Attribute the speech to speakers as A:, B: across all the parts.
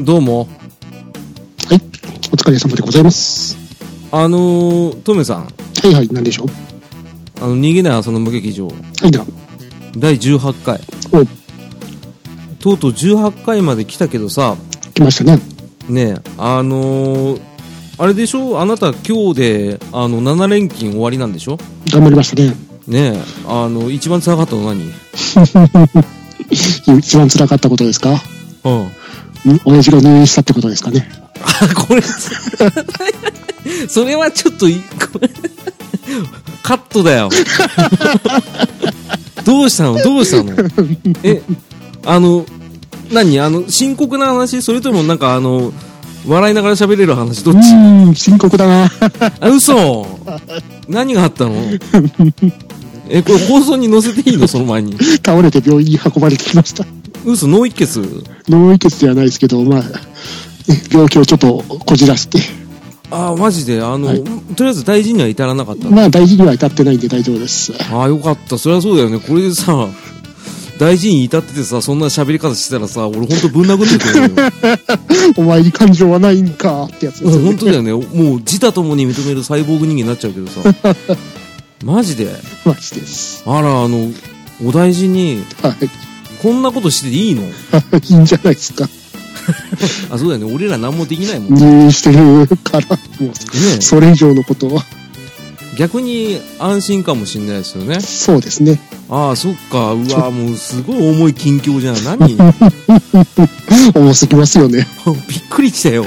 A: どうも。
B: はい。お疲れ様でございます。
A: あのー、トメさん、
B: はいはい、なんでしょう。
A: あの、逃げない朝の無劇場、
B: はいだ。
A: 第18回。
B: お、
A: とうとう18回まで来たけどさ、
B: 来ましたね。
A: ねえ、あのー、あれでしょあなた今日で、あの、7連勤終わりなんでしょ
B: 頑張りましたね。
A: ねえ、あの、一番辛かったの何
B: 一番辛かったことですかん
A: うん。
B: 親父が入院したってことですかね。
A: あ、これ、それはちょっとい、これカットだよ。どうしたのどうしたのえ、あの、何あの、深刻な話それともなんかあの、笑いながら喋れる話どっ
B: う
A: ち
B: ーん、深刻だな。
A: あ、嘘何があったのえ、これ放送に載せていいのその前に。
B: 倒れて病院に運ばれてきました。
A: 嘘脳一血
B: 脳溢血ではないですけど、まあ、ね病気をちょっとこじらして。
A: あ、マジで、あの、
B: はい
A: とりあえず大事には至らなかった。
B: まあ、大事には至ってないんで大丈夫です。
A: ああ、よかった。そりゃそうだよね。これでさ、大事に至っててさ、そんな喋り方してたらさ、俺ほんとぶん殴ってくれるよ。
B: お前に感情はないんかってやつですよ
A: うん
B: ね
A: 本当だよね。もう自他ともに認めるサイボーグ人間になっちゃうけどさ。マジで
B: マジです。
A: あら、あの、お大事に、
B: はい。
A: こんなことしてていいの
B: いい んじゃないですか。
A: あ、そうだよね。俺ら何もできないもん。ね
B: 入院してるから、もう、それ以上のことは。
A: え逆に安心かもしんないですよね。
B: そうですね。
A: ああ、そっか。うわ、もうすごい重い近況じゃん。何
B: 重すぎますよね。
A: びっくりしたよ。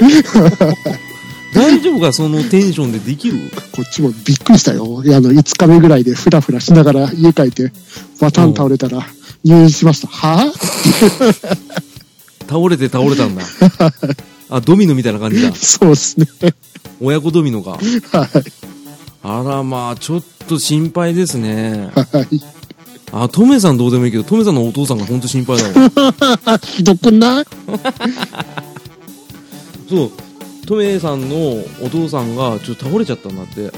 A: 大丈夫かそのテンションでできる
B: こっちもびっくりしたよ。いやあの、5日目ぐらいでフラフラしながら家帰って、バタン倒れたら入院しました。はぁ
A: 倒れて倒れたんだ。あ、ドミノみたいな感じだ。
B: そうですね。
A: 親子ドミノか。
B: はい。
A: あら、まあ、ちょっと心配ですね。
B: はい。
A: あ、トメさんどうでもいいけど、トメさんのお父さんがほんと心配 だわ。
B: あ、ひどくない
A: そう。トメさんのお父さんがちょっと倒れちゃったんだって。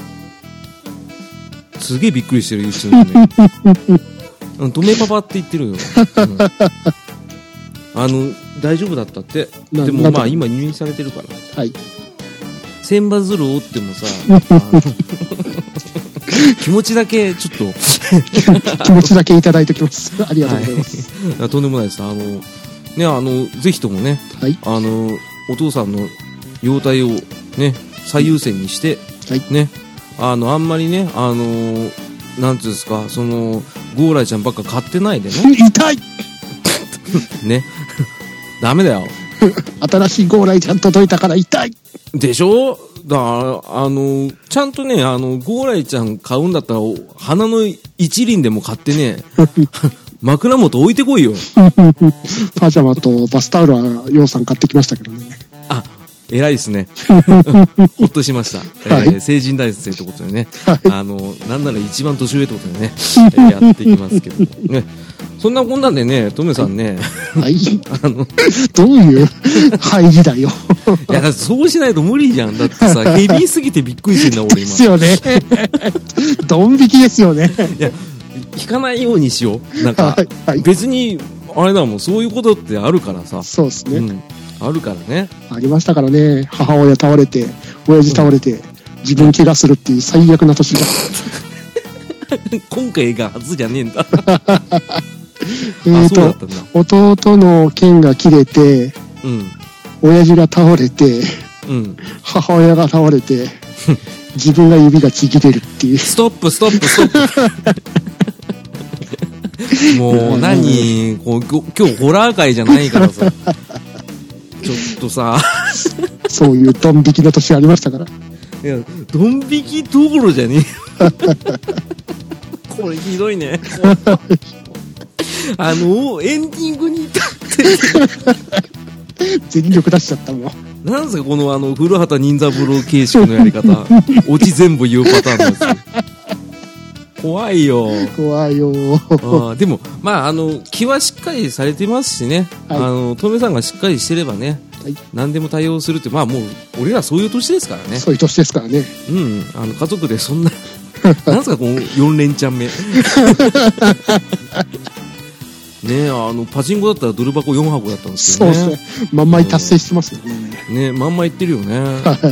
A: すげえびっくりしてる、うちのトメ。 うんトメパパって言ってるよ。うんあの、大丈夫だったって。
B: な
A: で
B: な
A: も
B: んだ
A: まあ今入院されてるから。
B: はい。
A: 千羽鶴折ってもさ、あの気持ちだけちょっと、
B: 気持ちだけいただいておきます。 ありがとうございます。
A: あとんでもないです。あの、ね、あの、ぜひともね、
B: はい。
A: あの、お父さんの容態をね、最優先にして、
B: はい。
A: ね、あの、あんまりね、あの、なんていうんですか、その、ゴーライちゃんばっか買ってないでね、
B: 痛い
A: ね、 ダメだよ。
B: 新しいゴーライちゃん届いたから痛い
A: でしょだから、あの、ちゃんとね、あの、ゴーライちゃん買うんだったら、お花の一輪でも買って ね、枕元置いてこいよ。
B: パジャマとバスタオルはようさん買ってきましたけどね。
A: あ、偉いです ね。ほっとしました。
B: はい
A: えー成人大生ってことでね。あの、なんなら一番年上ってことでね、えーやっていきますけどもね。そんなこんなんでね、トメさん ね、
B: はい。
A: あの、
B: どういう 入りだよ。
A: いや、そうしないと無理じゃん。だってさ、ヘビーすぎてびっくりしてんだ、俺
B: で
A: 今。
B: す よね。ドン引きですよね。
A: いや、引かないようにしよう。なんか
B: はい、はい
A: 別に、あれだもん、そういうことってあるからさ。
B: そうですね。
A: うん。あるからね。
B: ありましたからね。母親倒れて、親父倒れて、自分怪我するっていう最悪な 年が。
A: 今回が初じゃねえんだ。
B: え
A: あ、
B: っ
A: そうだった
B: と、
A: んだ。
B: 弟の剣が切れて、
A: うん。
B: 親父が倒れて、
A: うん。
B: 母親が倒 れて、自分が指がちぎれるっていう。
A: ストップ、ストップ、ストッ プ。もう何、こうこ今日ホラー会じゃないから さ。ちょっとさ、
B: そういうドン引きの年がありましたから。
A: いや、ドン引きどころじゃ ねえ。これひどいね。あの、エンディングに至ってる
B: 全力出しちゃったもん。
A: なんですかこのあの古畑任三郎形式のやり方オチ全部言うパターンなんですよ怖い よ
B: 怖いよ
A: あーでもまああの気はしっかりされてますしね、
B: は
A: あ
B: い
A: のトメさんがしっかりしてればね、
B: はい
A: 何でも対応するってまあもう俺らそういう年ですからね
B: そういう年ですからね。
A: うんあの家族でそん ななんですかこの4連チャン目ねえ、あの、パチンコだったらドル箱4箱だったんですけ
B: そう
A: どね。
B: ですね。まんまり達成してますよね。
A: ねまんま言ってるよね。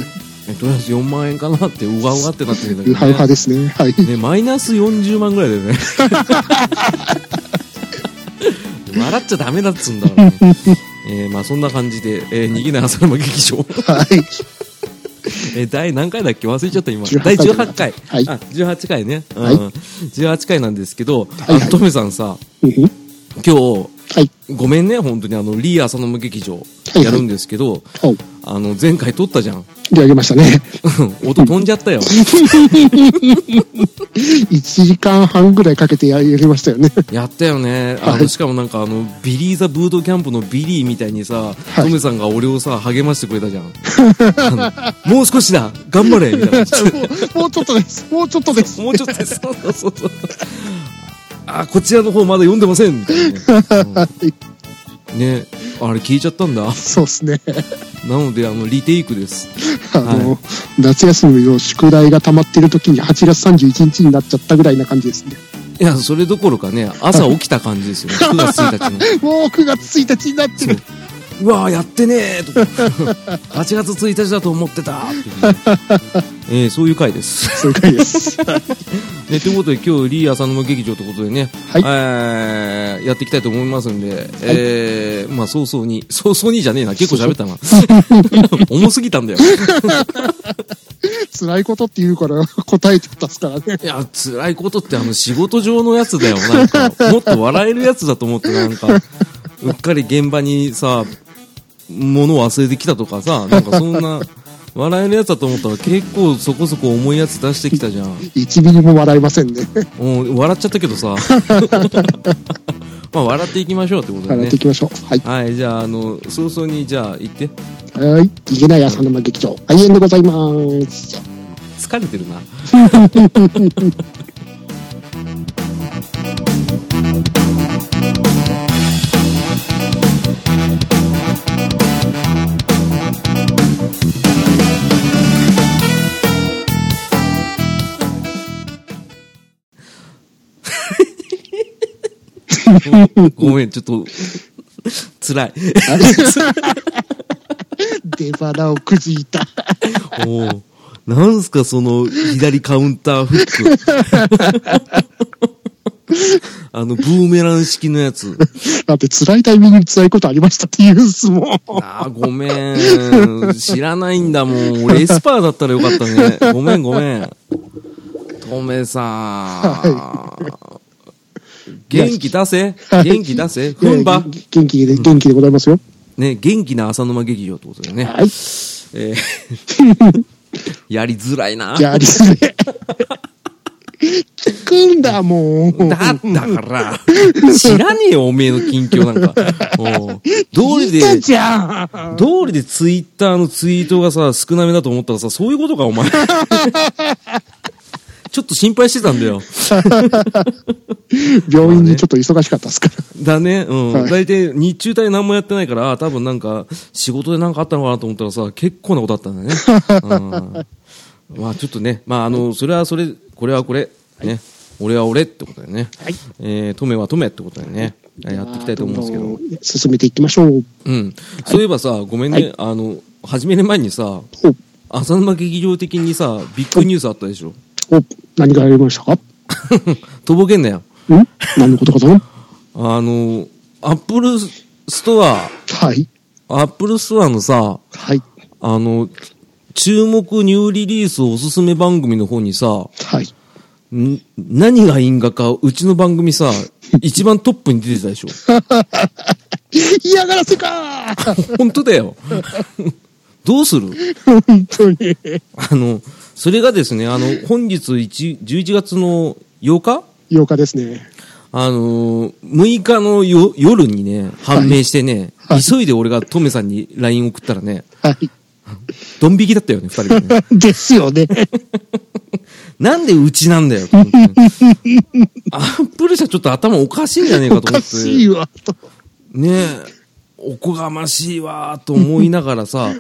A: えとりあえず4万円かなって、うわうわってなってるんだけ
B: う
A: ど、
B: は
A: ね。
B: うはですね。はい。
A: ね、マイナス40万ぐらいだよ ね。笑っちゃダメだっつうんだからね。えーまあそんな感じで、えー、逃げない浅沼劇場。
B: はい。
A: えー第何回だっけ忘れちゃった今。
B: 18
A: 第18回。
B: はい
A: あ、18回ね。うん、
B: はい
A: 18回なんですけど、
B: いはい
A: あのトメさんさ、
B: うん
A: 今日、
B: はい。
A: ごめんね、本当にあの、リー・浅沼劇場
B: いはい
A: やるんですけど、
B: おう。
A: あの、前回撮ったじゃん。
B: で、あげましたね。
A: うん音飛んじゃったよ。
B: 1時間半ぐらいかけてややりました よね。
A: やったよね。あ
B: は
A: の、
B: い
A: しかもなんかあの、ビリー・ザ・ブートキャンプのビリーみたいにさ、
B: い
A: トメさんが俺をさ、励ましてくれたじゃん。あのもう少しだ頑張れみたいな感じで。
B: もう、もうちょっとです。 もうちょっとです。
A: もうちょっとです。そうそうそうそう。あ、こちらの方まだ読んでませんみたいなね。うんね、あれ聞いちゃったんだ。
B: そうですね。
A: なので、あの、リテイクです。
B: あの、夏休みの宿題が溜まってる時に8月31日になっちゃったぐらいな感じですね。
A: いや、それどころかね、朝起きた感じですよね。9月1日の。
B: もう9月1日になってる。
A: うわーやってねえとか 8月1日だと思ってたっていう、えーそういう回です。
B: そういう回 です。
A: ね、ということで今日リー・浅沼劇場ということでね、
B: はい
A: えーやっていきたいと思いますんで、えーまあ早々に、早々にじゃねえな、結構喋ったな。 重すぎたんだよ。
B: 辛いことって言うから答えてたっすからね。
A: いや、辛いことってあの仕事上のやつだよ。なんか、もっと笑えるやつだと思って、なんか、うっかり現場にさ、物を忘れてきたとかさ、なんかそんな、笑えるやつだと思ったら結構そこそこ重いやつ出してきたじゃん。
B: 1ミリも笑いませんね。
A: うん笑っちゃったけど さ。まあ笑っていきましょうってことだ
B: 笑っ
A: ね
B: てい。きましょう。はい。
A: はい、じゃあ、あの、早々に、じゃあ、行って。
B: はい。いけない朝沼劇場、開演でございます。
A: 疲れてるな。ごめん、ちょっと、辛い。
B: 出腹をくじい た。
A: おお。なんすか、その、左カウンターフック。 あの、ブーメラン式のやつ。
B: だって辛いタイミングに辛いことありましたって言うんですもん。
A: ああ、ごめん。知らないんだもん。俺、エスパーだったらよかったね。ごめん、ごめん。トメさん。元気出せ元気出せ踏ん張
B: いや元気で、元気でございますよ。
A: ね、元気な浅沼劇場ってことだよね。
B: は
A: え
B: い。
A: ーやりづらいな。
B: じゃあ、リスね。聞くんだもん。
A: だったから、知らねえよ、おめえの近況なんか。 おう道理
B: 聞いた
A: で、
B: じゃん。
A: 道理でツイッターのツイートがさ、少なめだと思ったらさ、そういうことか、お 前。ちょっと心配してたんだよ。
B: 病院にちょっと忙しかったですから。
A: だね。うん。
B: はい
A: 大体、日中帯何もやってないから、あ多分なんか、仕事でなんかあったのかなと思ったらさ、結構なことあったんだね。うん。まあ、ちょっとね、まあ、あの、それはそれ、これはこれ、ね。俺は俺ってことだよね。
B: はい
A: えー、トメはトメってことだよね。やっていきたいと思うんですけど。
B: んん進めていきましょう。
A: うん。そういえばさ、ごめんね、
B: はい
A: あの、始める前にさ、
B: お、
A: 浅沼劇場的にさ、ビッグニュースあったでしょ。
B: お、何がありましたかん
A: とぼけんなよ。
B: 何のことかな
A: あの、アップルストア、
B: はい。
A: アップルストアのさ、
B: はい。
A: あの、注目ニューリリースおすすめ番組の方にさ、
B: はい。
A: ん何が因果か、うちの番組さ、一番トップに出てたでしょ。
B: 嫌がらせかー
A: 本当だよ。 どうする
B: 本当に。
A: あの、それがですね、あの、本日1 11月の8日
B: 8日ですね。
A: あのー、6日のよ夜にね、判明してね、
B: はい
A: 急いで俺がトメさんに LINE 送ったらね、
B: はい。
A: ドン引きだったよね、二人 でね。
B: ですよね。
A: なんでうちなんだよ、と思ってねアップル社ちょっと頭おかしいんじゃねえか
B: お
A: と思
B: か
A: って。
B: しいわ、と。
A: ねえ、おこがましいわーと思いながらさ、
B: はい。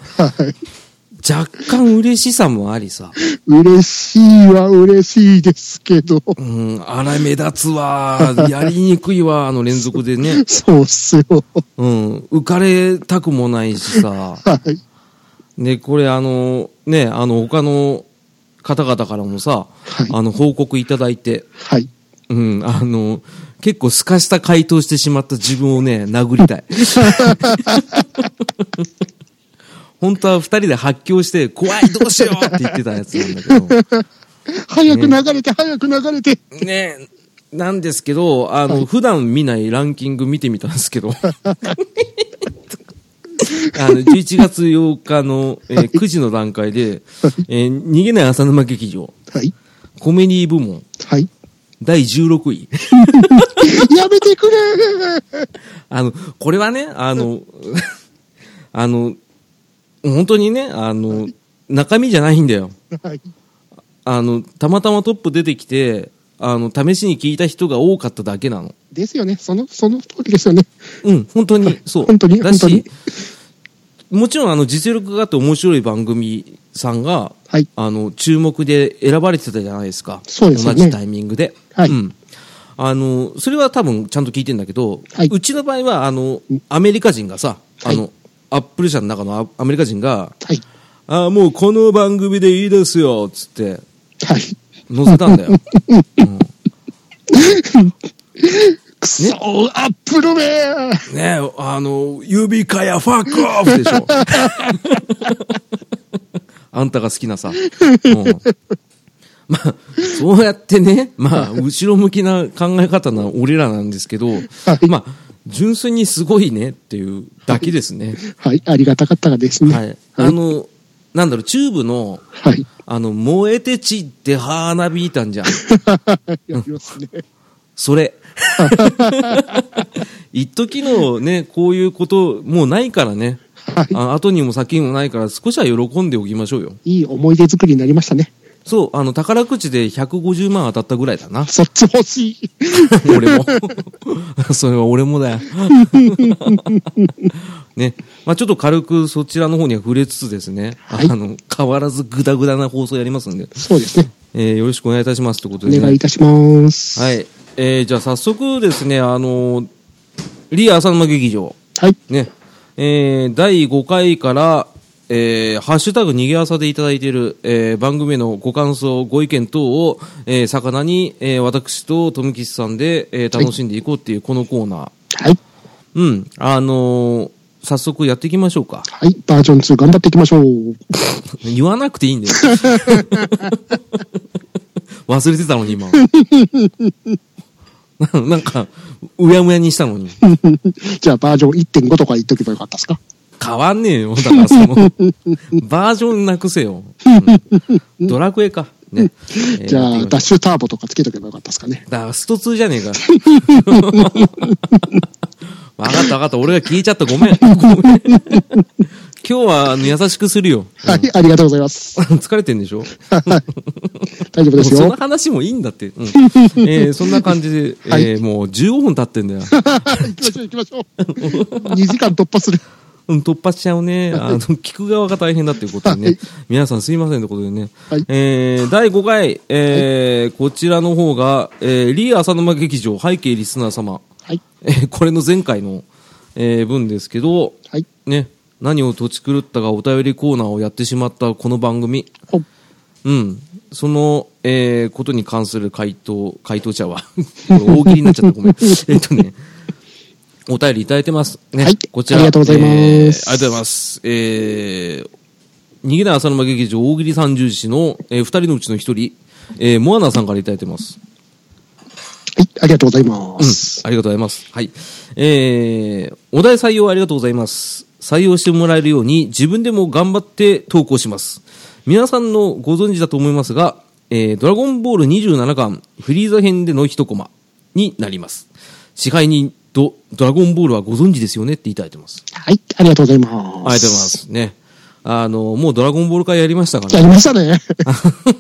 A: 若干嬉しさもありさ、
B: 嬉しいは嬉しいですけど、
A: うん、あら目立つわ、やりにくいわ、あの連続でね、
B: そうっすよ。
A: うん、浮かれたくもないし さ、
B: はい。
A: で、これあの、ね、あの、他の方々からもさ、
B: はい
A: あの、報告いただいて、
B: はい。
A: うん、あの、結構すかした回答してしまった自分をね、殴 りたい。本当は二人で発狂して、怖い、どうしようって言ってたやつなんだけど。
B: 早く流れて、早く流れて。
A: ねなんですけど、あの、普段見ないランキング見てみたんですけど、あの、11月8日の、えー9時の段階で、えー逃げない浅沼劇場、
B: はい。
A: コメディ部門、
B: はい。
A: 第16位。
B: やめてくれ
A: あの、これはね、あの、 あの、本当にね、あの、中身じゃないんだよ。
B: はい。
A: あの、たまたまトップ出てきて、あの、試しに聞いた人が多かっただけなの。
B: ですよね。その、その通りですよね。
A: うん、本当に、そう。
B: 本当に
A: だし
B: 本当に
A: もちろん、あの、実力があって面白い番組さんが、
B: はい
A: あの、注目で選ばれてたじゃないですか。
B: そうですよね
A: 同じタイミングで。
B: はい
A: うん。あの、それは多分ちゃんと聞いてんだけど、
B: はいう
A: ちの場合は、あの、アメリカ人がさ、あの、
B: は
A: アップル社の中のアアメリカ人が、
B: はい。
A: あもうこの番組でいいですよ、つって、
B: はい。
A: 載せたんだよ。
B: くそー、アップルめ
A: ねえ、あの、指かやファックオフでしょ。 あんたが好きなさ。うんまあ、そうやってね、まあ、後ろ向きな考え方な俺らなんですけど、まあ、純粋にすごいねっていうだけですね。
B: はい。ありがたかったがですね。
A: はい。あの、なんだろう、チューブの、
B: はい。
A: あの、燃えてちって花びいたんじゃん。
B: やりますね。
A: それ。 一時のね、こういうこと、もうないからね。
B: はい。
A: あ後にも先にもないから少しは喜んでおきましょうよ。
B: いい思い出作りになりましたね。。
A: そう、あの、宝くじで150万当たったぐらいだな
B: そっち欲しい。
A: 俺も。 それは俺もだよ。 ね。まあちょっと軽くそちらの方には触れつつですね。
B: はい
A: あの、変わらずグダグダな放送やりますんで、
B: そうですね。
A: えーよろしくお願いいたしますということ
B: お
A: でね。
B: 願いいたします。。
A: はいい。えーじゃあ早速ですね、あのリア浅沼劇場。
B: はい。
A: ね、えー第5回から、えーハッシュタグ逃げ朝でいただいている、えー番組へのご感想、ご意見等を、えー、魚に、えー私と富吉さんで、えー楽しんでいこうっていうこのコーナー。
B: はい。
A: うん。あのー早速やっていきましょうか。
B: はい。バージョン2頑張っていきましょう。
A: 言わなくていいんだよ。忘れてたのに今。 ななんか、うやむやにしたのに。
B: じゃあバージョン1.5とか言っとけばよかったですか
A: 変わんねえよ。だからその、バージョンなくせよ。うんドラクエか。ね。えー
B: じゃ
A: やっていき
B: あ、
A: ま
B: ダッ
A: しょ
B: シュターボとかつけとけばよかったですかね。
A: うだからスト2じゃねえか。 わかったわかった。俺が聞いちゃった。ごめん。ごめん。今日はあの優しくするよ。
B: はい。ありがとうございます。
A: 疲れてんでしょ
B: 大丈夫
A: も
B: で
A: う
B: す
A: その
B: よ。
A: 話もいいんだって。 うんえーそんな感じで、えー
B: はい
A: もう15分経って んだよ。
B: 行きましょう、行きましょう。2時間突破する。
A: うん、突破しちゃうね。あ の、聞く側が大変だっていうことでね。
B: はい
A: 皆さんすいませんってことでね。
B: はい
A: えー、第5回、えーこちらの方が、えー、リー浅沼劇場背景リスナー様。
B: はい。
A: えーこれの前回の、えー分ですけど、
B: はい。
A: ね、何を土地狂ったかお便りコーナーをやってしまったこの番組。
B: ほん
A: うん。その、えーことに関する回答、回答者は、 大喜利になっちゃった、ごめん。 えっとね、お便りいただいてます。ね、
B: はい
A: こちら。
B: ありがとうございます
A: えーありがとうございます。えー、逃げない浅沼劇場大喜利三重士の、えー、二人のうちの一人、えー、モアナさんからいただいてます。
B: はい。ありがとうございます。
A: ありがとうございます。はい。えー、お題採用ありがとうございます。採用してもらえるように自分でも頑張って投稿します。皆さんのご存知だと思いますが、えー、ドラゴンボール27巻フリーザ編での一コマになります。支配人とドラゴンボールはご存知ですよねっていただいてます。
B: はい。ありがとうございます。
A: ありがとうございます。ね。あの、もうドラゴンボール会やりましたから
B: やりましたね。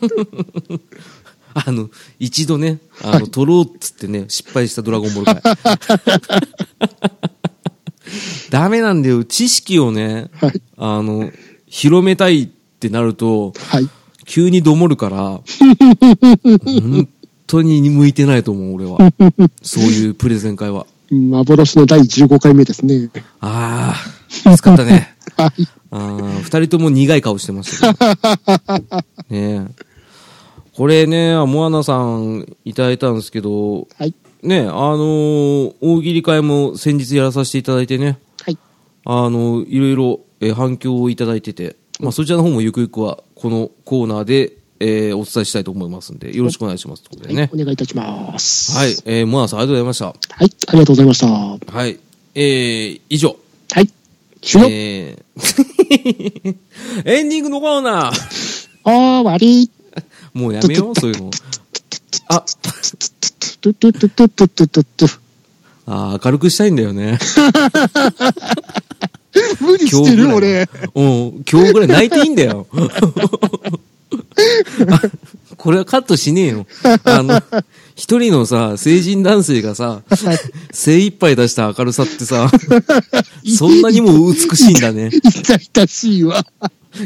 A: あの、一度ね、あの、取ろうっつってね、失敗したドラゴンボール会。 ダメなんだよ。知識をね、
B: はい
A: あの、広めたいってってなると、
B: はい。
A: 急にどもるから、本当に向いてないと思う、俺は。そういうプレゼン会は。
B: 幻の第15回目ですね。
A: ああ、きつかったね。
B: はい。
A: あー二人とも苦い顔してましたけど。ねえ。これね、モアナさんいただいたんですけど、
B: はい。
A: ねえ、あのー大喜利会も先日やらさせていただいてね、
B: はい。
A: あのいろいろ、えー反響をいただいてて、まあ、そちらの方もゆくゆくはこのコーナーで、えーお伝えしたいと思いますんで、よろしくお願いしますということでね。
B: お願いいたします。
A: はい、えーモアナさんありがとうございまし
B: はい。ありがとうございました。は
A: た。はい、えー、以上。
B: い。終了。
A: えー エンディングのコーナー
B: 終わり。
A: もうやめよう、そういうの。あ、
B: トゥトゥトゥトゥトゥトゥトゥトゥ
A: あー明るくしたいんだよ ね。
B: 無理してる
A: ぐらい
B: 俺。。
A: うん、今日ぐらい泣いていいんだよ。 あこれはカットしねえよ。あの、一人のさ、成人男性がさ、精一杯出した明るさって さ、そんなにも美しいんだね。
B: 痛々しいわ。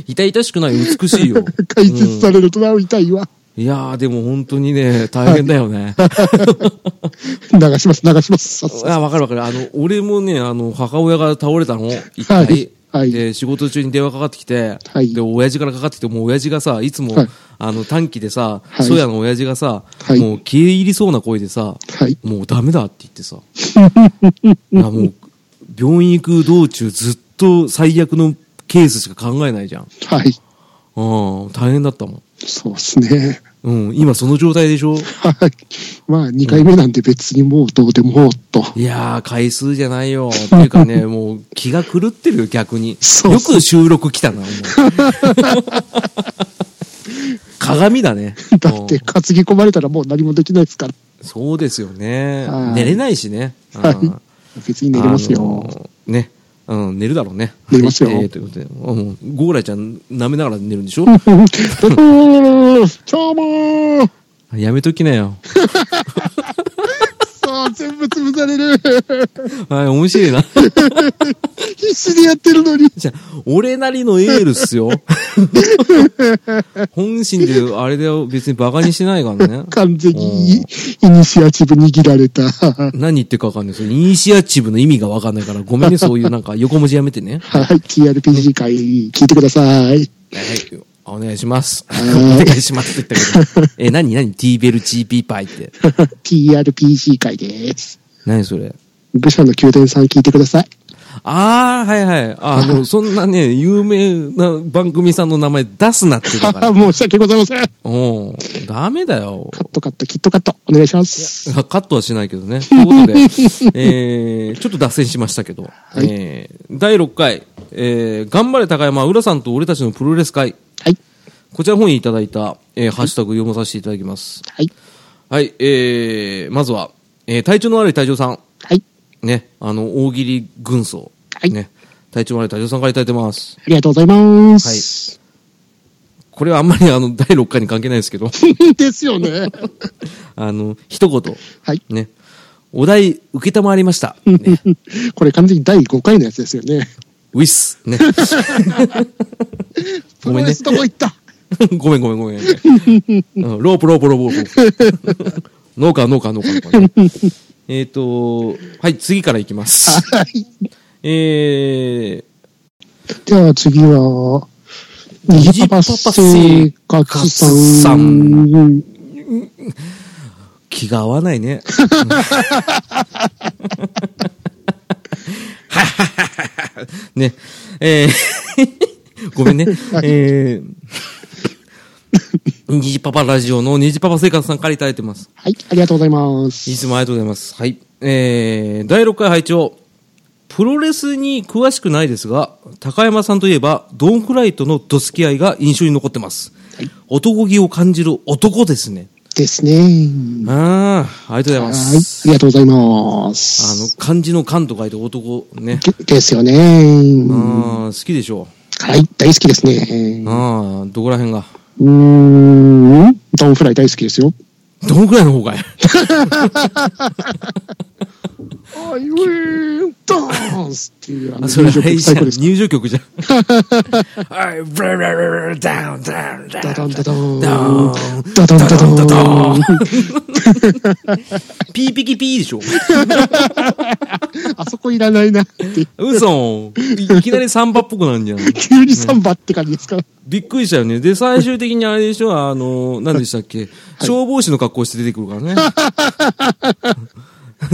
A: 痛々しくない、美しいよ。
B: 解説されるとなお痛いわ。
A: いやー、でも本当にね、大変だよ ね。
B: 流します、流します。
A: あ、わかるわかる。あの、俺もね、あの、母親が倒れたの、一回。
B: はいはい
A: で、仕事中に電話かかってきて、
B: はい
A: で、親父からかかってきて、もう親父がさ、いつも、
B: はい
A: あの、短期でさ、
B: はい
A: そうやの親父がさ、
B: はい
A: もう消え入りそうな声でさ、
B: はい。
A: もうダメだって言って さ、いやもう、病院行く道中ずっと最悪のケースしか考えないじゃん。
B: はい。
A: うん、大変だったもん。
B: そうですね。
A: うん、今その状態でしょ
B: はい。まあ、2回目なんで別にもうどうでもっと。
A: いやー、回数じゃないよ。っていうか ね、もう気が狂ってるよ、逆に。
B: そう
A: よく収録来た な、お前鏡だね。
B: だって、
A: うん
B: 担ぎ込まれたらもう何もできないですから。
A: そうですよね
B: は。い
A: 寝れないしね。うん
B: はい。別に寝れます
A: あ
B: よ。
A: のーね。うん、寝るだろうね。
B: 寝れますよ
A: はいえーということで、あもうゴーラちゃん舐めながら寝るんでしょ
B: 今日も
A: やめときなよ。
B: そう、全部潰される。
A: はい、面白いな。
B: 必死でやってるのに。
A: じゃあ俺なりのエールっす よ。本心で、あれだよ、別にバカにしてないからね。
B: 完全にイイニシアチブ握られた。は
A: 何言ってるかわかんないですイニシアチブの意味がわかんないから、ごめんね、そういうなんか横文字やめてね。
B: い、TRPG 会、聞いてくださ い。
A: はい。お願いします。お
B: はい
A: 願いしますって言ったけど。え、何何ティーベル GP パイって。
B: TRPG 会です。
A: 何それ
B: 武者の宮殿さん聞いてください。
A: ああ、はいはい。あの、そんなね、有名な番組さんの名前出すなって言う から。
B: 申し訳ございません。
A: うん。ダメだよ。
B: カットカット、キットカット、お願いします。
A: カットはしないけどね。ということで、えー、ちょっと脱線しましたけど、
B: はい
A: えー、第6回、えー、頑張れ高山、浦さんと俺たちのプロレス会。
B: はい。
A: こちらの方にいただいた、えーハッシュタグ読まさせていただきます。
B: はい。
A: はい、えー、まずは、えー体調の悪い隊長さん。
B: はい。
A: ね、あの、大喜利軍曹。
B: はい
A: ね、体調の悪い隊長さんからいただいてます。
B: ありがとうございます。
A: これはあんまりあの、第6回に関係ないですけど、
B: ですよね。
A: あの、一言。
B: はい。
A: ね、お題、受けたまわりました。ね、
B: これ完全に第5回のやつですよね。
A: ウィス。ね。ご
B: プロ
A: めんね
B: レスどこ行った
A: ごめんごめんごめん。うんロープロープロープロープ。 ノーカーノーカーノーカーノーカー。えっと、はい、次からいきます。
B: はい。
A: えー、
B: では次は、
A: ニ
B: ニ
A: ジ
B: ジ
A: パパ
B: パ
A: 生
B: パ生
A: 活
B: 活
A: さ
B: さ
A: ん
B: ん。
A: 気が合わないね。 ね。えー ごめんね。えー、虹パパラジオの虹パパ生活さんからいただいてます。
B: はい、ありがとうございます。
A: いつもありがとうございます。はい。えー、第6回拝聴プロレスに詳しくないですが、高山さんといえば、ドンフライトのドスキ愛が印象に残ってます。男気を感じる男ですね。
B: ですね。
A: ああ、ありがとうござい
B: はい、
A: ます。
B: ありがとうございま
A: あ
B: す。
A: の、漢字の漢と書いて男ね。
B: でですよね。
A: あ
B: は
A: ー好きでしょ
B: い、大好きです
A: う。
B: ね。
A: ああ、どこら辺が。
B: うーん、ドンフライ大好きですよ。
A: どのくらいの方がい
B: あいうえーダンスっていう、あの、
A: あ、それ
B: 入場
A: 入
B: 曲最高です。
A: 入場曲じゃん。はい、ブラブラブラブラダウンダウンダウン
B: ダダンダダン。
A: ダウン
B: ダダンダ
A: ダ
B: ダ
A: ダン。
B: ン
A: ピーピキピーでしょ。
B: あそこいらないなって。
A: 嘘。いきなりサンバっぽくなんじゃん。
B: 急にサンバって感じですから。
A: びっくりしたよね。で、最終的にあれでしょ、あの、何でしたっけ、消防士の格好して出てくるからね。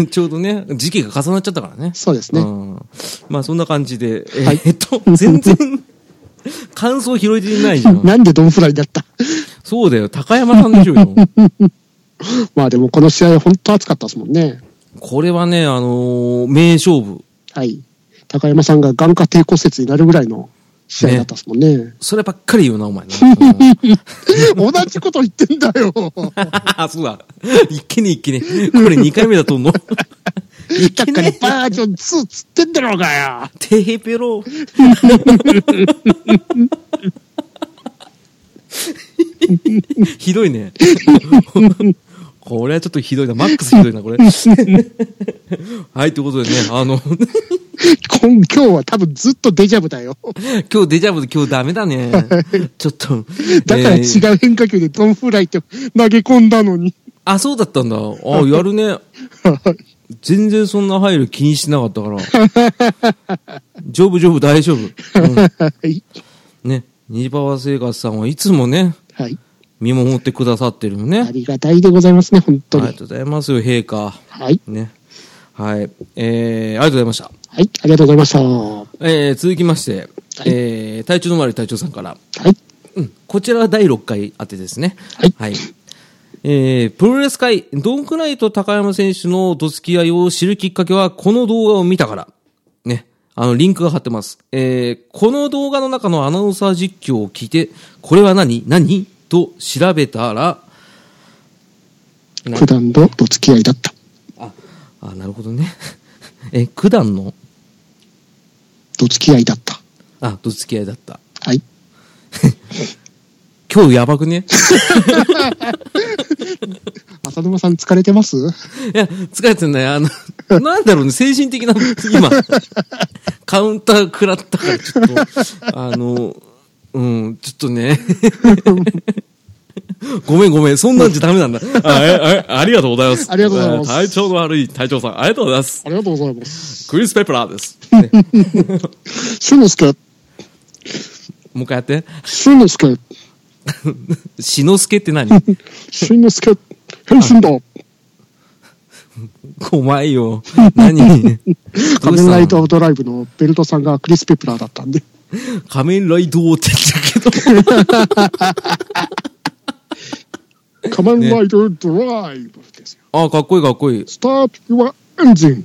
A: ちょうどね、 時期が重なっちゃったからね。
B: そうですね
A: んまあ、そんな感じで、えー
B: はい
A: えっと、全然、感想拾えてないじゃん。
B: なんでドンフライだった
A: そうだよ、高山さんでしょうよ。
B: まあでもこの試合本当熱かったですもんね。
A: これはね、あのー名勝負。
B: はい。高山さんが眼下低骨折になるぐらいの試合だったですもんね。
A: そればっかり言うな、お前な。
B: 同じこと言ってんだ よ。
A: あ、そうだ。一気に一気に。これ2回目だと 思う。い
B: だ
A: け
B: から
A: ねえ。
B: バージョン2つってんだろうがよ。
A: テヘペロ。ひどいね。これはちょっとひどいな。マックスひどいな、これ。はい、ということでね、あの、
B: こん今日は多分ずっとデジャブだよ。
A: 今日デジャブで今日ダメだね。ちょっと。
B: だから
A: えー
B: 違う変化球でドンフライって投げ込んだのに。
A: あ、そうだったんだ。あ、やるね。 全然そんな入る気にしてなかったから。丈夫丈夫大丈夫。
B: はい。
A: ね。虹パワー生活さんはいつもね、
B: はい。
A: 見守ってくださってるのね。
B: ありがたいでございますね、本当
A: あり
B: に
A: が。とうございますよ、陛下。
B: はい。
A: ね。はい。えー、ありがとうございました。
B: はい。ありがとうございました。は
A: えー、続きまして、
B: はい
A: えー、体調の悪い隊長さんから、
B: い。
A: うん、こちらは第6回当てですね。
B: はい
A: えー、プロレス界、ドンクライと高山選手のどつき合いを知るきっかけは、この動画を見たから。ね。あの、リンクが貼ってます。えー、この動画の中のアナウンサー実況を聞いて、これは何何と調べたら、
B: 普段のお付き合いだった。
A: あ、あ、なるほどね。 え、九段の、
B: お付き合いだった。
A: あ、どつき合いだった。
B: はい。
A: 今日やばく ね
B: 浅沼さん疲れてます
A: いや、疲れてない。あの、なんだろうね、精神的な、今、カウンター食らったから、ちょっと、あの、うん、ちょっと ね。ごめんごめん、そんなんじゃダメなんだ。あええありがとうございます。
B: ありがとうございます
A: 体調の悪い隊長さん、ありがとうございます。
B: ありがとうございます。
A: クリス・ペプラーです。ね
B: 俊之介、
A: もう一回やって。
B: 俊之介、
A: しのすけって何
B: 俊之介、変身だ。
A: 怖いよ。 何
B: 仮面ライトドライブのベルトさんがクリス・ペプラーだったんで。
A: 仮面ライドって言ったけど。
B: 仮面ライトドライブですよ。
A: あ、かっこいいかっこいい。
B: スターピュアエンジン。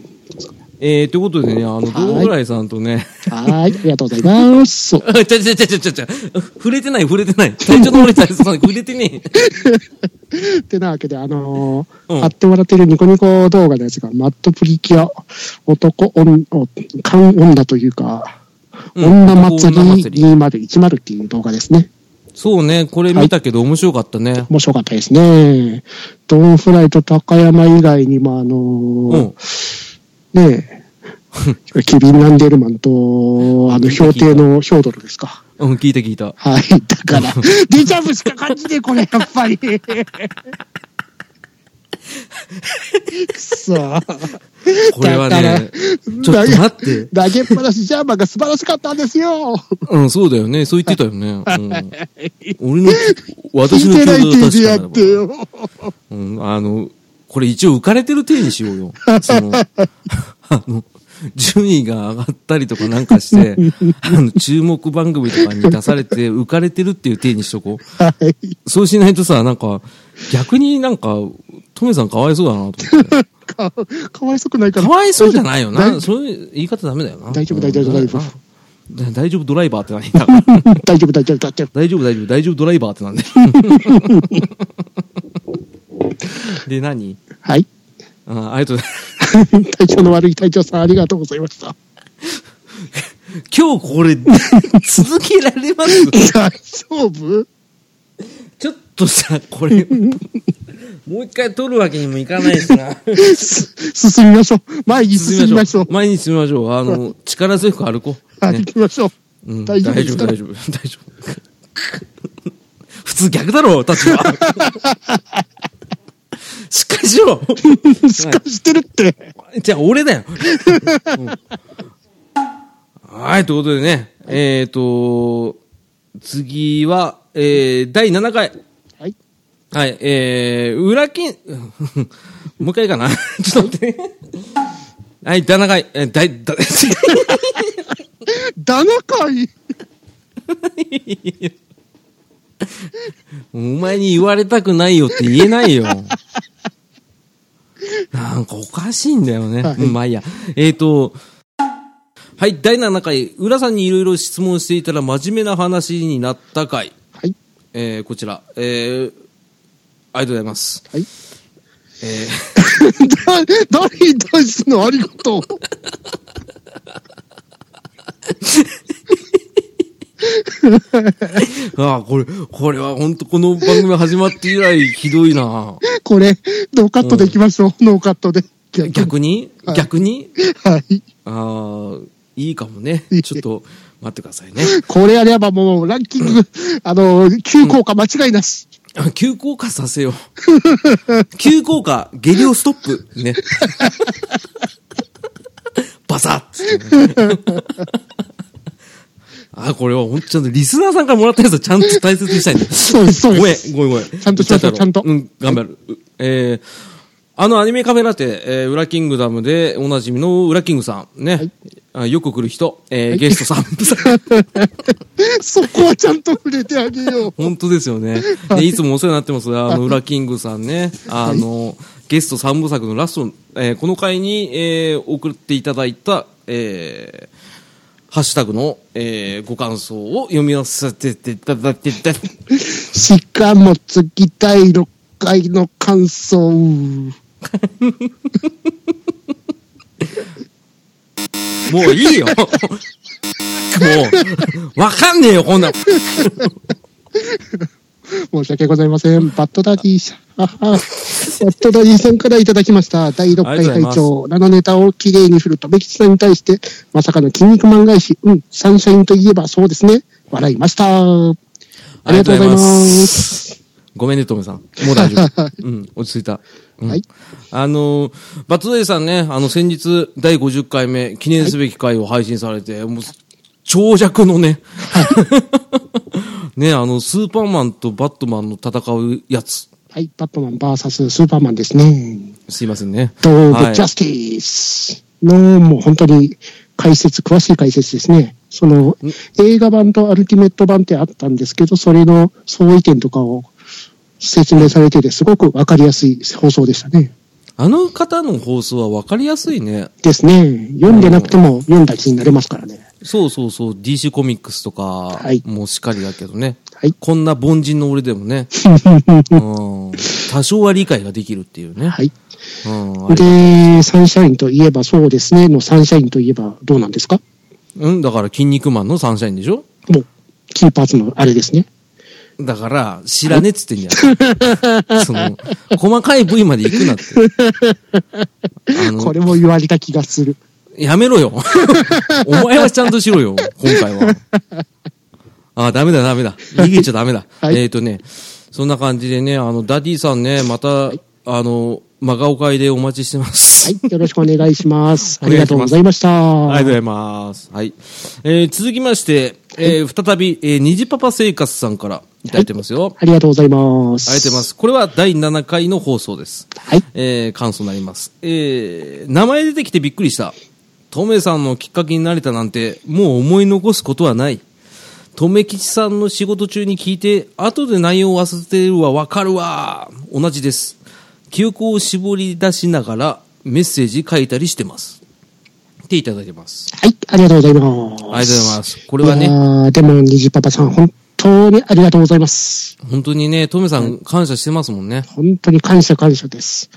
A: えー、ということでね、あの、
B: はい
A: ドーフライさんとね、
B: はい。ありがとうございま す。
A: ちゃちゃちゃちゃちゃちゃ、触れてない触れてない。体調の悪い体操さん触れてねえ。
B: ってなわけで、あのー
A: うん
B: 貼ってもらってるニコニコ動画のやつが、マットプリキュア、男、女、勘女というか、
A: うん
B: 女祭
A: 女
B: り
A: 祭り
B: 2010っていう動画ですね。
A: そうね、これ見たけど面白かったね。
B: 面白かったですね。ドンフライと高山以外にも、あのーね え、ケビン・ランデルマンと、あの、氷艇のヒョードルですか。
A: うん、聞いた聞いた。
B: はい。だから、 デジャブしか感じねえ、これ、やっ ぱり。くそ。
A: これはね、ちょっと待って。
B: 投げっぱなしジャーマンが素晴らしかったんですよ。
A: うん、そうだよね。そう言ってたよね。うん、俺の、私
B: 聞
A: の
B: いてない
A: 記憶
B: 手で
A: が確
B: や
A: か
B: っ
A: に
B: てよ。
A: うん、あの、これ一応浮かれてる体にしよう よ。その、あの、順位が上がったりとかなんか して、あの、注目番組とかに出されて浮かれてるっていう体にしとこ
B: はい。
A: う。そうしないとさ、なんか、逆になんか、トメさんかわいそうだなと思って。
B: かかわいそくないか
A: か
B: な。
A: わいそうじゃないよ
B: 大丈
A: な。そういう言い方ダメだよな。
B: 大丈夫大丈夫大丈夫
A: うん。大丈夫ドライバーって何だから。
B: 夫。大丈夫、大丈夫、大丈夫。
A: 大丈夫大丈夫大丈夫ドライバーってなん で。で、何
B: はい。
A: あありがとうございます。
B: 体調の悪い隊長さん、ありがとうございました。
A: 今日これ、続けられます
B: 大丈夫
A: ちょっとさ、これ、もう一回撮るわけにもいかないし な。
B: す進みましょう。前に進みましょう。
A: 前に進みましょう。あの、力強く歩こう。
B: はい、
A: ね
B: 行きましょう。
A: うん
B: 大丈夫ですか
A: 大丈夫、大丈夫。大 丈夫普通逆だろ、立場。 しっかりしろ
B: しっかりしてるって。
A: じゃあ、俺だよ。うんはい、ということでね、えっ、と、次は、えー、第7回。
B: はい。
A: はい、えー、裏金、 もう一回かな ちょっと待ってね。はい、7回、えー、第、 だ、
B: 7回
A: お前に言われたくないよって言えない よ。なんかおかしいんだよね。
B: はい
A: うんまあいいや。えっ、と、はい、第7回、浦さんにいろいろ質問していたら真面目な話になった回。
B: はい。
A: えー、こちら、えー、ありがとうございます。
B: はい。
A: え
B: だ、誰に対するのありがとう。
A: ー、 ああ、これ、これは本当この番組始まって以来ひどいな
B: これ、ノーカットでいきましょう。ノーカットで。
A: 逆に、
B: はい
A: 逆に
B: はい。
A: ああ、いいかもね。ちょっと待ってくださいね。
B: これやればもうランキング、あの、急降下間違いなし。
A: あ 急降下させよう。 急降下、下痢をストップ。ね。 バサッ あ、これは本当ちゃんとリスナーさんからもらったやつはちゃんと大切にしたいんだ。
B: そうです、そう
A: ごめ
B: で
A: ん
B: す。、
A: ごめん、ごめん。
B: ちゃんとしましょ
A: だ
B: う
A: ろ
B: ちゃんと
A: うん、頑張る。うえー、あのアニメカフェラテ、えー、ウラキングダムでおなじみのウラキングさん、ね。あよく来る人、えー、ゲスト さん。
B: そこはちゃんと触れてあげよう。
A: 本当ですよ ね。で、いつもお世話になってます。あの、ウラキングさんね。あの、ゲスト三部作のラスト、えーこの回に、えー送っていただいた、えーハッシュタグの、えーご感想を読み合わせていただいて、
B: しかも月第6回の感想。
A: もういいよもう、わかんねえよ、こんなん。
B: 申し訳ございません。バッドダディさん、あはバッドダディさんからいただきました。第6回拝聴7ネタをきれいに振ると、べきさんに対して、まさかの筋肉マン返し、うん、サンシャインといえばそうですね。笑いました。ありがとうございます。
A: す。ごめんね、トメさん。もう大丈 夫。うん、落ち着いた。うん
B: はい
A: あのー、バットデイさんね、あの、先日、第50回目、記念すべき回を配信されて、もう、長尺のね、 ね、あの、スーパーマンとバットマンの戦うやつ。
B: はい、バットマン VS スーパーマンですね。
A: すいませんね。
B: ドー
A: は
B: ブ・
A: い
B: ジャスティスの、もう本当に解説、詳しい解説ですね。その、映画版とアルティメット版ってあったんですけど、それの相違点とかを説明されてて、すごくわかりやすい放送でしたね。
A: あの方の放送は分かりやすいね。
B: ですね。読んでなくても読んだ気になれますからね。
A: そうそうそう、DC コミックスとか
B: い、
A: もうしっかりだけどね。
B: はい
A: こんな凡人の俺でも ね、うん多少は理解ができるっていうね。
B: はい。
A: うん、あれ
B: で、サンシャインといえばそうですねのサンシャインといえばどうなんですか
A: うん、だから、筋肉マンのサンシャインでしょ
B: もう、キーパーツのあれですね。
A: だから、知らねえっつってんじゃ ん。その、細かい部位まで行くなって。あ
B: こ
A: の、
B: れも言われた気がする。
A: やめろよ。 お前はちゃんとしろよ、今回は。あダメだ、ダメだ。逃げちゃダメだ。
B: はい
A: えっ、とね、そんな感じでね、あの、ダディさんね、また、あの、真顔会でお待ちしてます。
B: はい。よろしくお願いします。
A: お
B: あ
A: 願い
B: り
A: します
B: がとうございました。
A: ありがとうございます。はい。えー続きまして、えー再び、えー、虹パパ生活さんからいただいてますよ。
B: ありがとうございます。
A: ありがとうございます。これは第7回の放送です。
B: はい。
A: えー、感想になります。えー、名前出てきてびっくりした。トメさんのきっかけになれたなんて、もう思い残すことはない。トメ吉さんの仕事中に聞いて、後で内容を忘れるはわかるわ。同じです。記憶を絞り出しながら、メッセージ書いたりしてます。っていただいてます。
B: はい。ありがとうございま
A: あ
B: す。
A: りがとうございます。これはね、
B: ね。でも、虹パパさん、本当にありがとうございます。
A: 本当にね、トメさん感謝してますもんね。
B: 本当に感謝感謝です。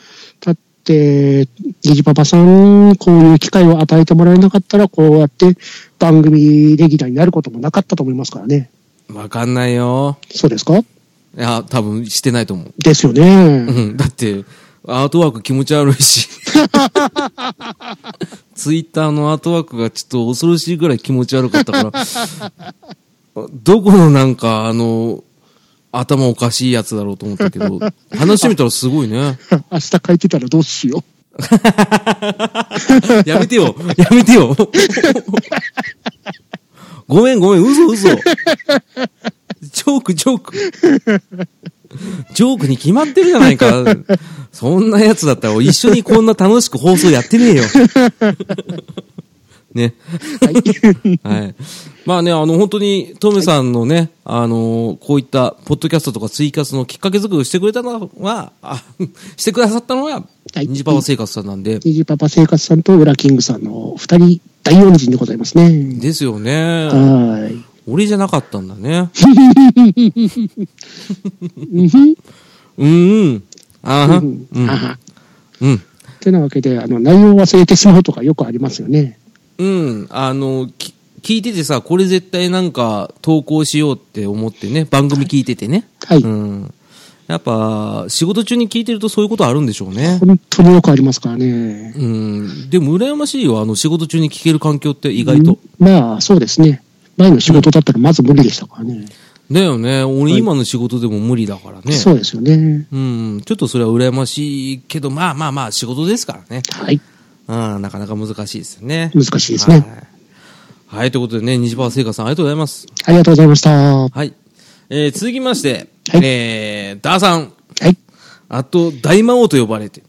B: だって、虹パパさん、こういう機会を与えてもらえなかったら、こうやって番組レギュラーになることもなかったと思いますからね。
A: わかんないよ。
B: そうですか
A: いや、多分してないと思う。
B: ですよね。
A: うん、だって、アートワーク気持ち悪い し。ツイッターのアートワークがちょっと恐ろしいぐらい気持ち悪かったから、どこのなんか、あの、頭おかしいやつだろうと思ったけど、話してみたらすごいね。
B: 明日書いてたらどうしよ
A: やめてよやめてよごめんごめん、嘘嘘。ジョークジョーク。ジョークに決まってるじゃないか。そんなやつだったら一緒にこんな楽しく放送やってねえよ。ね。
B: う。はい。
A: はい。まあね、あの、本当に、トムさんのね、あの、こういった、ポッドキャストとかツイキャスのきっかけ作りをしてくれたのは、あしてくださったのは、
B: はい
A: ニジパワ生活さんなんで、
B: ニジパパ生活さんとウラキングさんの二人、大恩人でございますね。
A: ですよね。
B: はい。
A: 俺じゃなかったんだね。
B: うんふん。
A: うんうん。あは。う
B: うん
A: ん。
B: あは
A: うん。
B: てなわけで、あの、内容を忘れてしまうとかよくありますよね。
A: うん。あの、き聞いててさ、これ絶対なんか投稿しようって思ってね、番組聞いててね。
B: はい。
A: うん。やっぱ、仕事中に聞いてるとそういうことあるんでしょうね。
B: 本当によくありますからね。
A: うん。でも羨ましいよ。あの、仕事中に聞ける環境って意外と。
B: うんまあ、そうですね。前の仕事だったらまず無理でしたからね。
A: だよね。俺今の仕事でも無理だからね。
B: そうですよね。
A: うん。ちょっとそれは羨ましいけど、まあまあまあ、仕事ですからね。
B: はい。
A: うん、なかなか難しいですよね。
B: 難しいですね
A: はい。はい、ということでね、虹パワー聖火さんありがとうございます。
B: ありがとうございました。は
A: はい。えー、続きまして、
B: はい
A: えー、ダーさん、
B: い。はい。
A: あと、大魔王と呼ばれて、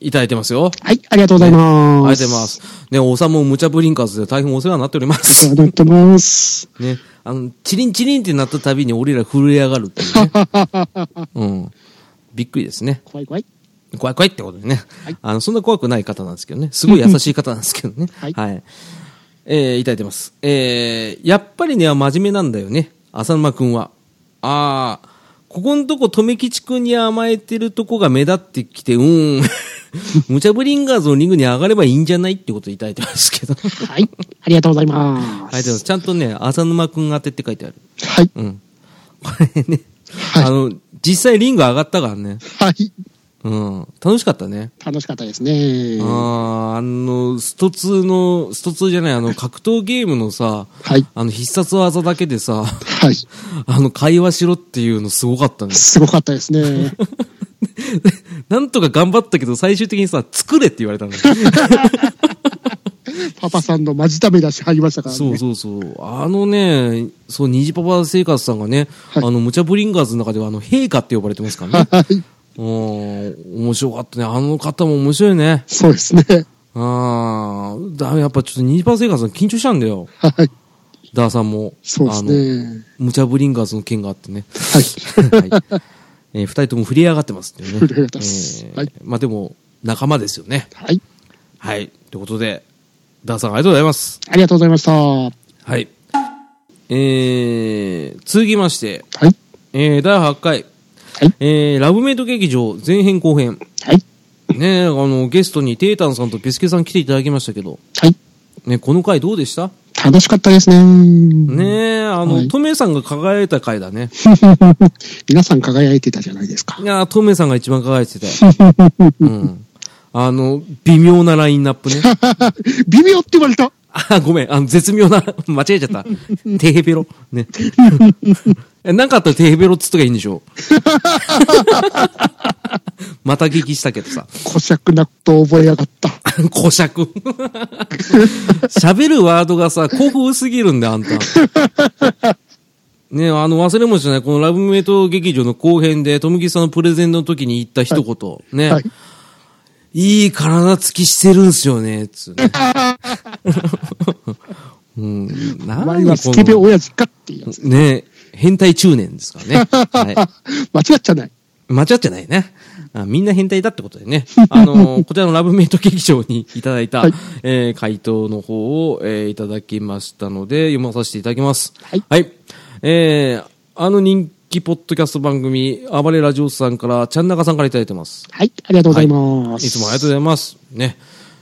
A: いただいてますよ。
B: はい。ありがとうございます。
A: ありがとうございま。す。ね、おさむ無茶ぶりんかずで大変お世話になっておりま
B: あ り
A: す。
B: がとうございます。
A: ね、あの、チリンチリンってなったたびに俺ら震え上がるっていうね。 うん。びっくりですね。
B: 怖い怖い。
A: 怖い怖いってことでね、
B: はい
A: あのそんな怖くない方なんですけどね、すごい優しい方なんですけどね、
B: はい
A: えー、いただいてます、えー、やっぱりね、真面目なんだよね、浅沼くんは。あー、ここのとこ、留吉くんに甘えてるとこが目立ってきて、うーん、 無茶ぶりンガーズのリングに上がればいいんじゃないってことをいただいてますけど、あ
B: はい。ありがとうございま
A: りがとうご
B: す。
A: ざいますちゃんとね、浅沼くん当てって書いてある。
B: はい。
A: うん。これね、
B: はい
A: あの、実際リング上がったからね、
B: はい。
A: うん、楽しかったね。
B: 楽しかったですね。は
A: ああ、あの、スト2の、スト2じゃない、あの、格闘ゲームのさ、
B: い。
A: あの、必殺技だけでさ、
B: はい。
A: あの、会話しろっていうのすごかったね。
B: すごかったで すね。
A: なんとか頑張ったけど、最終的にさ、作れって言われた んだよ。
B: パパさんのマジダメ出し入りましたからね。
A: そうそうそう。あのね、そう、虹パパ生活さんがね、
B: はい
A: あの、ムチャブリンガーズの中では、あの、陛下って呼ばれてますから ね。
B: はい。
A: うん、面白かったね。あの方も面白いね。
B: そうですね。
A: ああ、だやっぱちょっと虹パパ生活さん緊張したんだよ。
B: はい。
A: ダーさんも。
B: そうです
A: あの
B: ね。
A: ムチャブリンガーズの件があってね。
B: はい。
A: はい。えー二人とも振り上がってますっていうね。
B: 震え上がってます
A: えー
B: はい
A: まあでも、仲間ですよね。
B: はい。
A: はい。ということで、ダーさんありがとうございます。
B: ありがとうございました。は
A: はい。えー、続きまして、
B: い。はい。
A: えー、第8回、えー、ラブメイト劇場前編後編。
B: はい。
A: ねえあの、ゲストにテータンさんとビスケさん来ていただきましたけど、
B: はい。
A: ね、この回どうでした
B: 楽しかったですね。
A: ねえ、あの、
B: はい
A: トメさんが輝いた回だね。
B: 皆さん輝いてたじゃないですか
A: い。やートメさんが一番輝いてたよ。うん。あの、微妙なラインナップね。
B: 微妙って言われた。
A: あ、ごめん。あの、絶妙な、 間違えちゃった。テヘペロ。ね。えなんかあったらテヘペロっつっときゃいいんでし ょまた聞きしたけどさ。
B: こしゃくなこと覚えやがった。
A: 古尺。喋るワードがさ、興奮すぎるんだよ、あんた。ねえあの、忘れもしない、このラブメイト劇場の後編で、トムギさんのプレゼンの時に言った一言。ね、
B: はい
A: い。い体つきしてるんすよね、 つうね。うん、
B: お
A: 何
B: 前はスケベ親父かっていうやつ。
A: ね変態中年ですからね。は
B: 間違っちゃない。
A: い。間違っちゃないね。あみんな変態だってことでね。あのーこちらのラブメイト劇場にいただいた、
B: はい
A: えー回答の方を、えーいただきましたので、読まさせていただきます。
B: はい
A: えーあの人気ポッドキャスト番組、暴れラジオさんから、ちゃんなかさんからいただいてます。
B: はい。ありがとうございます。
A: いつもありがとうございます。ね。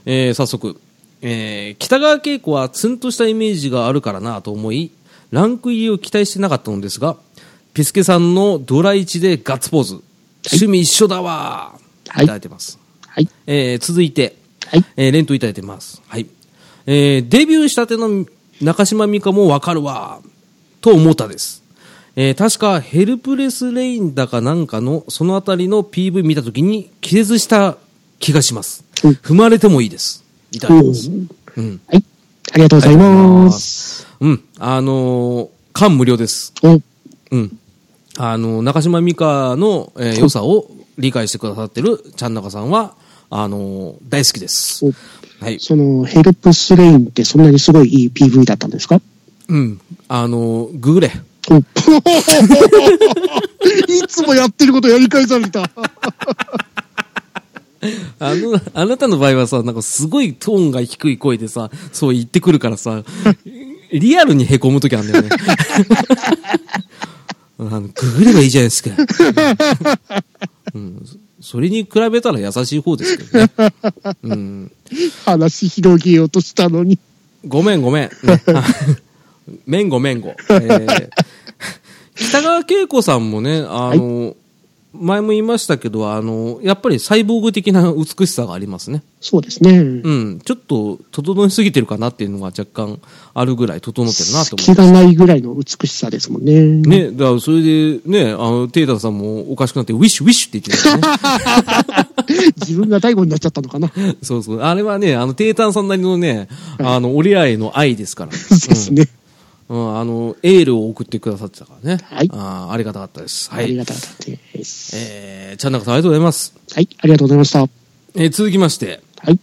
A: えー早速。えー北川景子はツンとしたイメージがあるからなと思い、ランク入りを期待してなかったのですが、ピスケさんのドラ1でガッツポーズ。趣味一緒だわー、
B: はい
A: いただいてます。
B: はい。
A: えー続いて、
B: はい
A: えーレントいただいてます。はい。えーデビューしたての中島美香もわかるわ、と思ったです。えー確か、ヘルプレスレインだかなんかの、そのあたりの PV 見たときに、気絶した気がします。
B: うん
A: 踏まれてもいいです。いただきます。うん。
B: はい。ありがとうございます。
A: うん。あのー感無量です。
B: お、
A: うん。あの、中島美嘉の、えー良さを理解してくださってるちゃんなかさんは、あのー大好きです
B: お。
A: はい。
B: その、ヘルプスレインってそんなにすごいいい PV だったんですか
A: うん。あのーググれ。
B: お いつもやってることやり返された。
A: あの、あなたの場合はさ、なんかすごいトーンが低い声でさ、そう言ってくるからさ、リアルに凹むときあるんだよね。 あのググればいいじゃないですか。うん、それに比べたら優しい方ですけどね。うん
B: 話広げようとしたのに。
A: ごめんごめん。 めんごめんご。えー北川景子さんもね、あの、前も言いましたけど、あの、やっぱりサイボーグ的な美しさがありますね。
B: そうです
A: う
B: ね。
A: ん。ちょっと、整いすぎてるかなっていうのが若干あるぐらい整ってるなと思
B: 気
A: う。
B: がないぐらいの美しさですもんね。
A: ね、だからそれで、ね、あの、テイタさんもおかしくなって、ウィッシュウィッシュって言ってた よね。
B: 自分が大悟になっちゃったのかな。
A: そうそう。あれはね、あの、テイタさんなりのね、あの、折り合いの愛です から。
B: そうですね。
A: うん、あの、エールを送ってくださってたからね。
B: はい
A: あーありがたかったです。は
B: あり
A: い。
B: がたかったです。
A: えー、チャンナカさんありがとうございます。
B: はい、ありがとうございました。は
A: えー、続きまして、
B: い、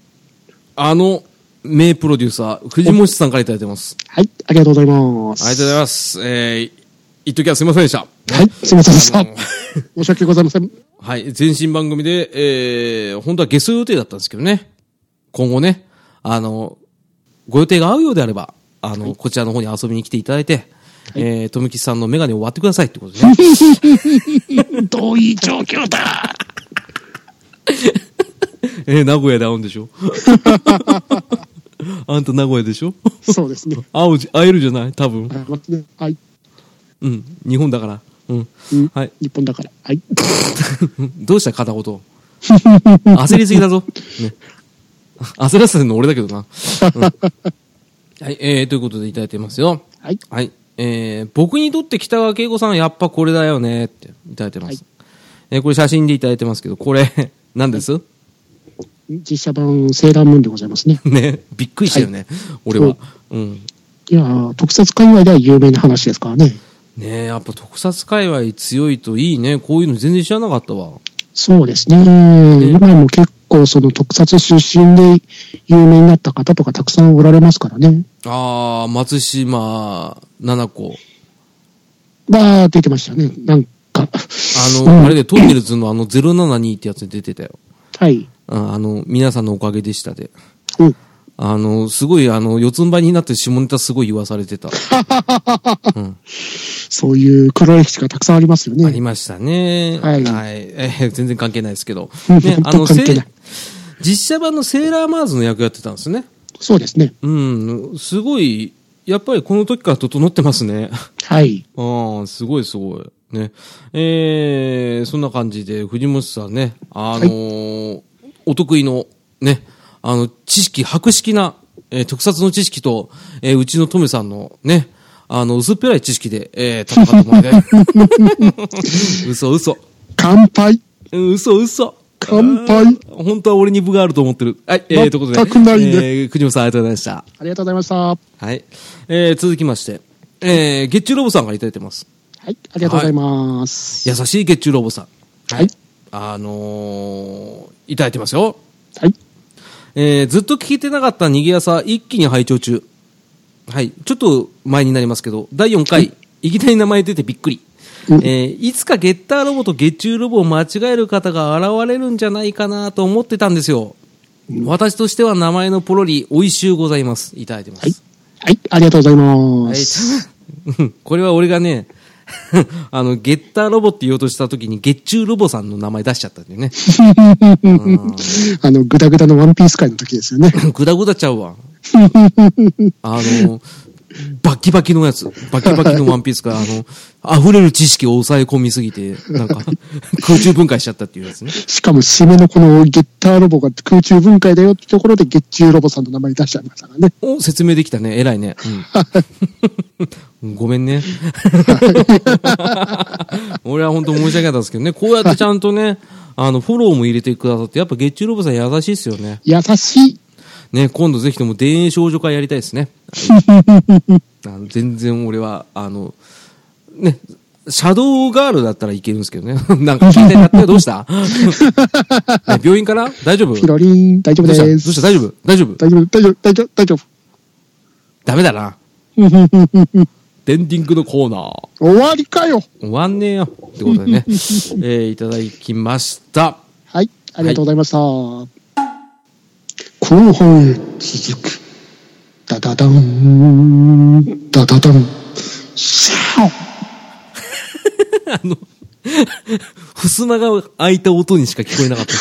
A: あの、名プロデューサー、藤本さんからいただいてます。
B: はい、ありがとうございます。
A: ありがとうございます。えー、一時はすいませんでした。
B: はい、すいませんでした。
A: あの
B: 申し訳ございません。
A: はい、前身番組で、えー、本当はゲス予定だったんですけどね。今後ね、あの、ご予定が合うようであれば、あの、こちらの方に遊びに来ていただいて、えー、富木さんのメガネを割ってくださいってことでね。
B: どういう状況だ
A: えー名古屋で会うんでしょ あんた名古屋でしょ
B: そうですね。
A: 会うじ、会えるじゃない多分。
B: あ待ってねはい、
A: うん。日本だから。うん。
B: うん
A: はい。
B: 日本だから。はい。
A: どうした片言。焦りすぎだぞ。ね。焦らせてんの俺だけどな。うん、はい。えー、ということでいただいてますよ。
B: はい、
A: はい。えー、僕にとって北川景子さんはやっぱこれだよねっていただいてます。えー、これ写真でいただいてますけど、これ、 何です、
B: 実写版セーラームーンでございますね。
A: ね。びっくりしたよね。俺は。うん。
B: いやー、特撮界隈では有名な話ですからね。
A: ねえ、やっぱ特撮界隈強いといいね。こういうの全然知らなかったわ。
B: そうですね。今も結構その特撮出身で有名になった方とかたくさんおられますからね。
A: ああ、松島七子。
B: まあ、出てましたね。なんか。あ
A: あの、あれで、トンネルズのあの072ってやつに出てたよ。
B: はい。
A: ああの、皆さんのおかげでしたで。
B: うん。
A: あの、すごい、あの、四つん這いになって下ネタすごい言わされてた。
B: そういう黒歴史がたくさんありますよ
A: あり
B: ね。
A: ましたね。
B: はい
A: えー全然関係ないです けど。
B: うん
A: ね、あの、
B: 本当関
A: せ
B: 係ない
A: 実写版のセーラーマーズの役やってたんですね。
B: そうですね。
A: うん、すごい、やっぱりこの時から整ってますね。
B: はい。
A: ああ、すごいすごい。ね。えー、そんな感じで、藤本さんね、あのーお得意の、ね、あの、知識、博識な、えー特撮の知識と、えーうちのトメさんのね、あの、薄っぺらい知識で、えー、戦ってもらいた い。嘘嘘。
B: 乾杯
A: うん嘘嘘。
B: 乾杯
A: あー本当は俺に部があると思ってる。はい、えー、ということで。
B: 全くないね
A: えー、藤本さんありがとうございました。
B: ありがとうございました。は
A: はい。えー、続きまして、えー、月中ロボさんからいただいてます。
B: い。ありがとうございます。
A: 優しい月中ロボさん。
B: はい。
A: あのー、いただいてますよ。
B: はい。
A: えー、ずっと聞いてなかった逃げ朝、一気に拝聴中。はい。ちょっと前になりますけど、第4回、いきなり名前出てびっくり。えー、いつかゲッターロボと月中ロボを間違える方が現れるんじゃないかなと思ってたんですよ。私としては名前のポロリ、美味しゅうございます。いただいてます。
B: はい。はい。ありがとうございま
A: はい
B: す。
A: うんこれは俺がね、 あの、ゲッターロボって言おうとしたときに、月中ロボさんの名前出しちゃったんだよね。
B: あ の、ぐだぐだのワンピース会の時ですよね。
A: ぐだぐだちゃうわ。あの、バキバキのやつ。バキバキのワンピースから、あの、溢れる知識を抑え込みすぎて、なんか、空中分解しちゃったっていうやつね。
B: しかも締めのこのゲッターロボが空中分解だよってところで月中ロボさんの名前出しちゃいましたからね。
A: お、説明できたね。偉いね。うん、ごめんね。俺は本当申し訳なかったですけどね。こうやってちゃんとね、あの、フォローも入れてくださって、やっぱ月中ロボさん優しいですよね。
B: 優しい。
A: ね、今度ぜひとも田園少女会やりたい ですね。あの全然俺は、あの、ね、シャドウガールだったらいけるんですけどね。 なんか聞いてやってどうした ね病院から大丈夫
B: ピロリン、大丈夫
A: どう
B: で
A: したどう
B: す。
A: した大丈夫大丈夫
B: 大丈夫、大丈夫、大丈夫、大丈夫。
A: ダメだな。デンディングのコーナー。
B: 終わりかよ。
A: 終わんねえよ。ってことで ね。えー、いただきました。
B: はい、ありがとうございました。後半へ続く。ダダダン、ダダダン。シャオ
A: 襖が開いた音にしか聞こえなかった。